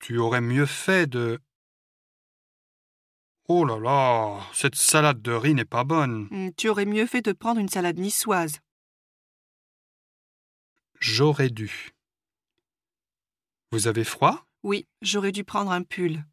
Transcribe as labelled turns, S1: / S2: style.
S1: Tu aurais mieux fait de. Oh là là, cette salade de riz n'est pas bonne.
S2: Hmm, Tu aurais mieux fait de prendre une salade niçoise.
S1: J'aurais dû. Vous avez froid
S2: Oui, j'aurais dû prendre un pull.